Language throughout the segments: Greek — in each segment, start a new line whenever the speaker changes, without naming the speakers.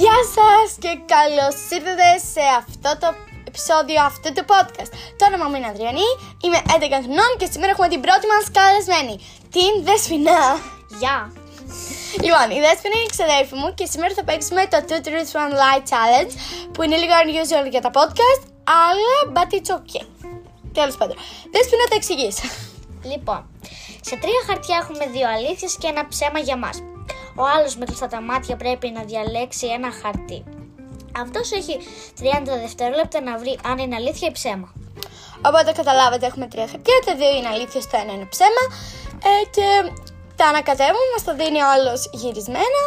Γεια σας και καλώς ήρθατε σε αυτό το επεισόδιο αυτού του podcast. Το όνομά μου είναι Ανδριανή, είμαι 11 χρονών και σήμερα έχουμε την πρώτη μας καλεσμένη, την Δεσποινά.
Γεια!
Λοιπόν, η Δέσποινα είναι η ξαδέρφη μου και σήμερα θα παίξουμε το Two Truths One Lie Challenge που είναι λίγο unusual για τα podcast, αλλά but it's okay. Τέλος πάντων, Δέσποινα το εξηγείς.
Λοιπόν, σε τρία χαρτιά έχουμε δύο αλήθειες και ένα ψέμα για μας. Ο άλλος με κλειστά τα μάτια πρέπει να διαλέξει ένα χαρτί. Αυτός έχει 30 δευτερόλεπτα να βρει αν είναι αλήθεια ή ψέμα.
Οπότε καταλάβατε, έχουμε τρία χαρτιά. Τα δύο είναι αλήθεια, το ένα είναι ψέμα. Ε, και τα ανακατεύουμε, μας τα δίνει ο άλλος γυρισμένα.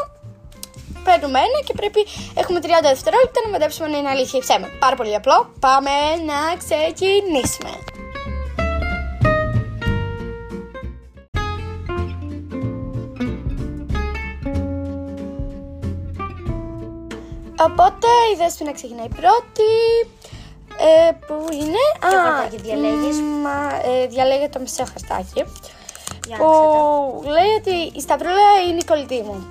Παίρνουμε ένα και πρέπει. Έχουμε 30 δευτερόλεπτα να μαντέψουμε αν είναι αλήθεια ή ψέμα. Πάρα πολύ απλό. Πάμε να ξεκινήσουμε. Οπότε η Δέσποινα ξεκινάει πρώτη. Ε, που είναι.
Ποιο χαρτάκι διαλέγεις?
Μα, ε, διαλέγω το μισό χαρτάκι.
Για
που
να ξέρετε.
λέει ότι η Σταυρούλα είναι η κολλητή μου.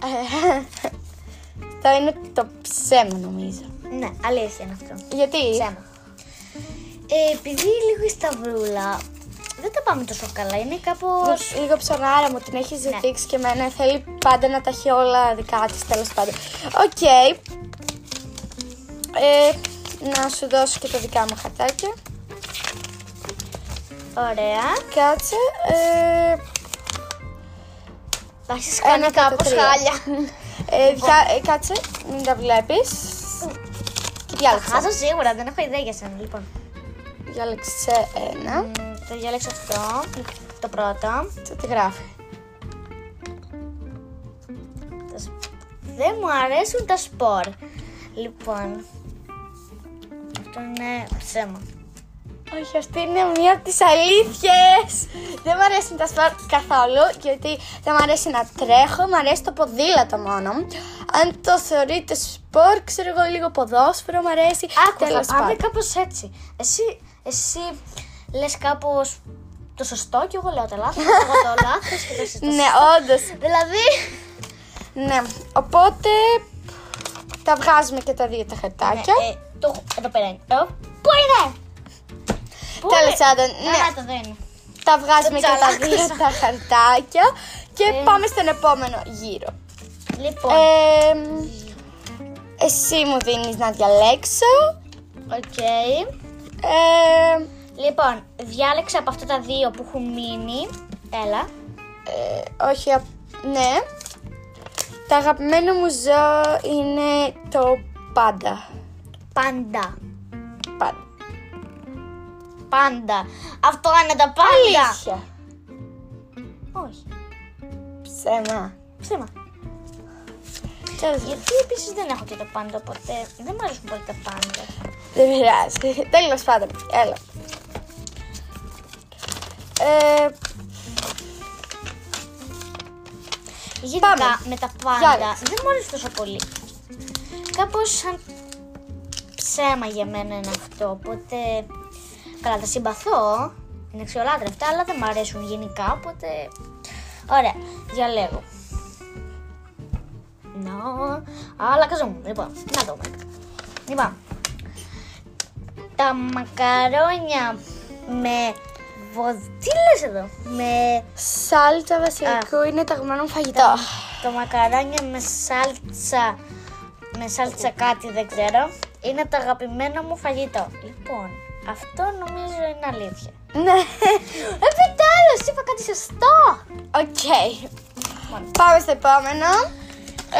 Ε, το είναι το ψέμα νομίζω.
Ναι, αλήθεια είναι αυτό.
Γιατί.
Ψέμα. Ε, επειδή λίγο η Σταυρούλα δεν τα πάμε τόσο καλά, είναι κάπως...
Λίγο- Λίγο ψωνάρα μου την έχει
Ναι.
ζητήξει και εμένα. Θέλει πάντα να τα έχει όλα δικά της τέλος πάντων. Οκ. Ε, να σου δώσω και τα δικά μου χαρτάκια.
Ωραία.
Κάτσε. Ε,
Θα σας κάνει
Ένα κατά
κάπως
τρία.
χάλια.
ε, δικά- ε, κάτσε, μην τα βλέπεις. Και
Τα
διάλεξε.
χάσω σίγουρα, δεν έχω ιδέα για σένα. Λοιπόν,
Διάλεξε ένα.
μ, θα διαλέξω αυτό, το πρώτο.
Τι- Τι γράφει.
Τα σ- Δεν μου αρέσουν τα σπορ. Λοιπόν, αυτό είναι ψέμα.
Όχι, αυτή είναι μία από τις αλήθειες. Δεν μου αρέσουν τα σπορ καθόλου, γιατί δεν μου αρέσει να τρέχω, μου αρέσει το ποδήλατο μόνο. Αν το θεωρείτε σπορ, ξέρω εγώ λίγο ποδόσφαιρο, μου αρέσει.
Άκου,
Τέλος
θα πάμε
πάντων.
κάπως έτσι. Εσύ, εσύ λες κάπως το σωστό και εγώ λέω το λάθος, εγώ το λάθος και το εσύ το
Ναι,
σωστό.
όντως.
Δηλαδή,
Ναι. Οπότε τα βγάζουμε και τα δύο τα χαρτάκια.
ναι, ε, το, έχω- εδώ πέρα είναι. Ε, πού είναι! ε, Πού
Τέλο
είναι?
πάντων, ναι.
Α, το εδώ είναι.
Τα βγάζουμε
Το
και τα δύο
τσαλάκωσα.
τα χαρτάκια. Και
Ε.
πάμε στον επόμενο γύρο.
Λοιπόν,
Ε, εσύ μου δίνεις να διαλέξω.
οκ.
Ε,
Λοιπόν, διάλεξα από αυτά τα δύο που έχουν μείνει. Έλα.
Ε, όχι, απ- ναι. Τα αγαπημένα μου ζώο είναι το πάντα.
Πάντα.
Πάντα.
Πάντα. Αυτό είναι τα πάντα.
Αλήθεια.
Όχι.
Ψέμα.
Ψέμα.
Τέλος πάντων.
Γιατί επίσης δεν έχω και τα πάντα, οπότε δεν μου αρέσουν πολύ τα πάντα.
Δεν πειράζει. Τέλος πάντων. Έλα. Ε,
Γενικά
Πάμε.
με τα πάντα
Διάλεξε.
δεν μου αρέσουν τόσο πολύ. Κάπως σαν ψέμα για μένα είναι αυτό, οπότε. Καλά, τα συμπαθώ. Είναι αξιολάτρευτα, αλλά δεν μου αρέσουν γενικά, οπότε. Ωραία, διαλέγω. Να. Αλλά καζόμουν. Λοιπόν, να δούμε. Λοιπόν, τα μακαρόνια με. βο- Τι λες εδώ, με
σάλτσα βασιλικού είναι το αγαπημένο μου φαγητό.
το μακαρόνια με σάλτσα, με σάλτσα κάτι δεν ξέρω, είναι το αγαπημένο μου φαγητό. Λοιπόν, αυτό νομίζω είναι αλήθεια. Ε,
ναι.
Επιτέλους, είπα κάτι σωστό!
Οκ. Πάμε στο επόμενο.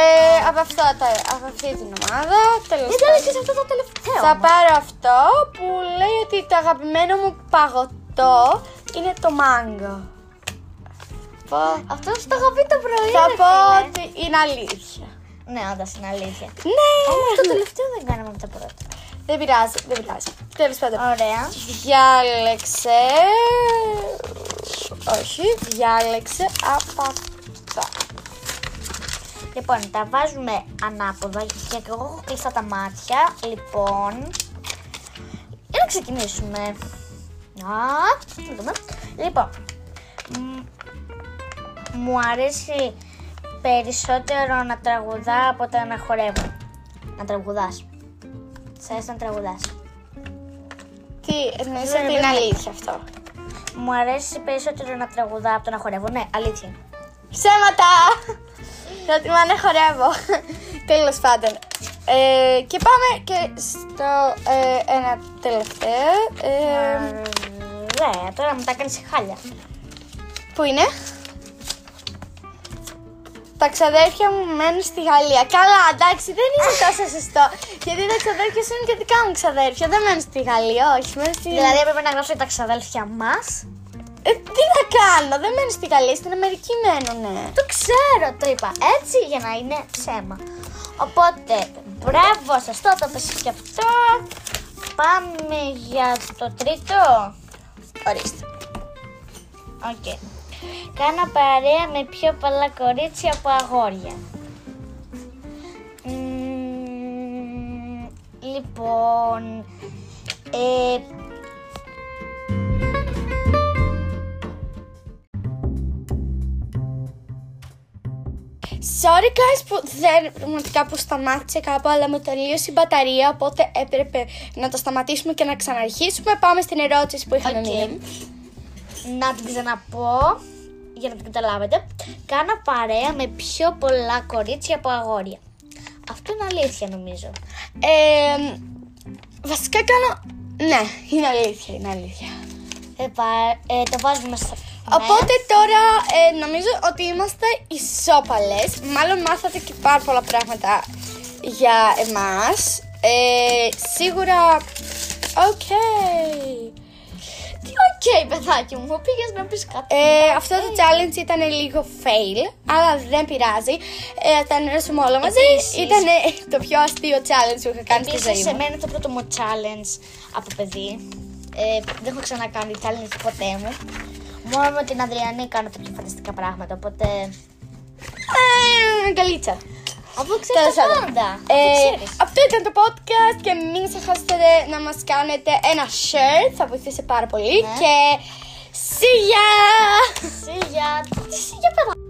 Ε, από, αυτά τα, από αυτή την ομάδα. Τέλος
Δεν
πάντων.
έλεγες αυτό το τελευταίο.
Θα πάρω αυτό που λέει ότι το αγαπημένο μου παγωτό είναι το μάγκο. Πω-
Αυτό στο είχα πει το πρωί,
Θα
ρε
πω
φίλε.
ότι είναι αλήθεια.
Ναι, όντως είναι αλήθεια. Όμως το
Ναι!
τελευταίο δεν κάναμε από τα πρώτα.
Δεν πειράζει, δεν πειράζει. Τέλος πάντων.
Ωραία.
Διάλεξε. Όχι, διάλεξε από αυτά.
Λοιπόν, τα βάζουμε ανάποδα και εγώ έχω κλειστά τα μάτια. Λοιπόν, για να ξεκινήσουμε. Να, να δούμε. Λοιπόν, μ, μου αρέσει 50 περισσότερο να τραγουδά από το να χορεύω. Να τραγουδάς. Σ' αρέσει να τραγουδάς.
Τι εννοείς
Δεν
ότι
είναι.
είναι αλήθεια αυτό.
Μου αρέσει περισσότερο να τραγουδά από το να χορεύω. Ναι, αλήθεια. είναι.
Ψέματα! Προτιμά να χορεύω. Τέλος πάντων. Ε, και πάμε και στο ε, ένα τελευταίο. ε,
Ναι. Ωραία, ναι, τώρα μου τα κάνεις χάλια.
Πού είναι? Τα ξαδέρφια μου μένουν στη Γαλλία. Καλά, εντάξει, δεν είναι τόσο σωστό. Γιατί τα ξαδέρφια σου είναι και δικά μου ξαδέρφια. Δεν μένουν στη Γαλλία, όχι. Μένουν στη...
Δηλαδή έπρεπε να γράψω τα ξαδέλφια μας.
Ε, τι να κάνω, δεν μένουν στη Γαλλία, στην Αμερική μένουνε.
Το ξέρω, το είπα έτσι για να είναι ψέμα. Οπότε, μπράβο, σωστό το πες και αυτό. Πάμε για το τρίτο.
Ορίστε.
Οκ. Κάνω παρέα με πιο πολλά κορίτσια από αγόρια. Μμμ, λοιπόν, ε,
Sorry guys που δεν πραγματικά που σταμάτησε κάπου, αλλά μου τελείωσε η μπαταρία, οπότε έπρεπε να το σταματήσουμε και να ξαναρχίσουμε. Πάμε στην ερώτηση που είχαμε
Οκ.
μείνει.
να την ξαναπώ για να την καταλάβετε. Κάνω παρέα με πιο πολλά κορίτσια από αγόρια. Αυτό είναι αλήθεια νομίζω.
Ε, βασικά κάνω... Ναι, είναι αλήθεια, είναι αλήθεια.
Ε, πα- ε, το βάζουμε στο...
Οπότε τώρα ε, νομίζω ότι είμαστε ισόπαλες. Μάλλον μάθατε και πάρα πολλά πράγματα για εμάς. Ε, σίγουρα... Οκ.
Τι οκ, παιδάκι μου, πήγες να πεις κάτι.
Ε, αυτό το challenge ήταν λίγο fail, αλλά δεν πειράζει. Ε, τα ανέρωσαμε όλα μαζί.
Επίσης-
Ήταν Ε, το πιο αστείο challenge που είχα κάνει στη
Επίσης,
ζωή
σε
μου.
μένα το πρώτο μου challenge από παιδί. Ε, δεν έχω ξανακάνει challenge ποτέ μου. Μόνο με την Αδριανή κάνω τέτοια φανταστικά πράγματα. Οπότε.
Ε, Αγκαλίτσα.
Αφού
Τέλος
ξέρεις τα
πάντων.
πάντα.
Ε,
Ε, ξέρεις.
αυτό ήταν το podcast και μην ξεχάσετε να μας κάνετε ένα share, θα βοηθήσει πάρα πολύ
Ναι.
και see ya!
Εσύ για. Τι εσύ για παιδά.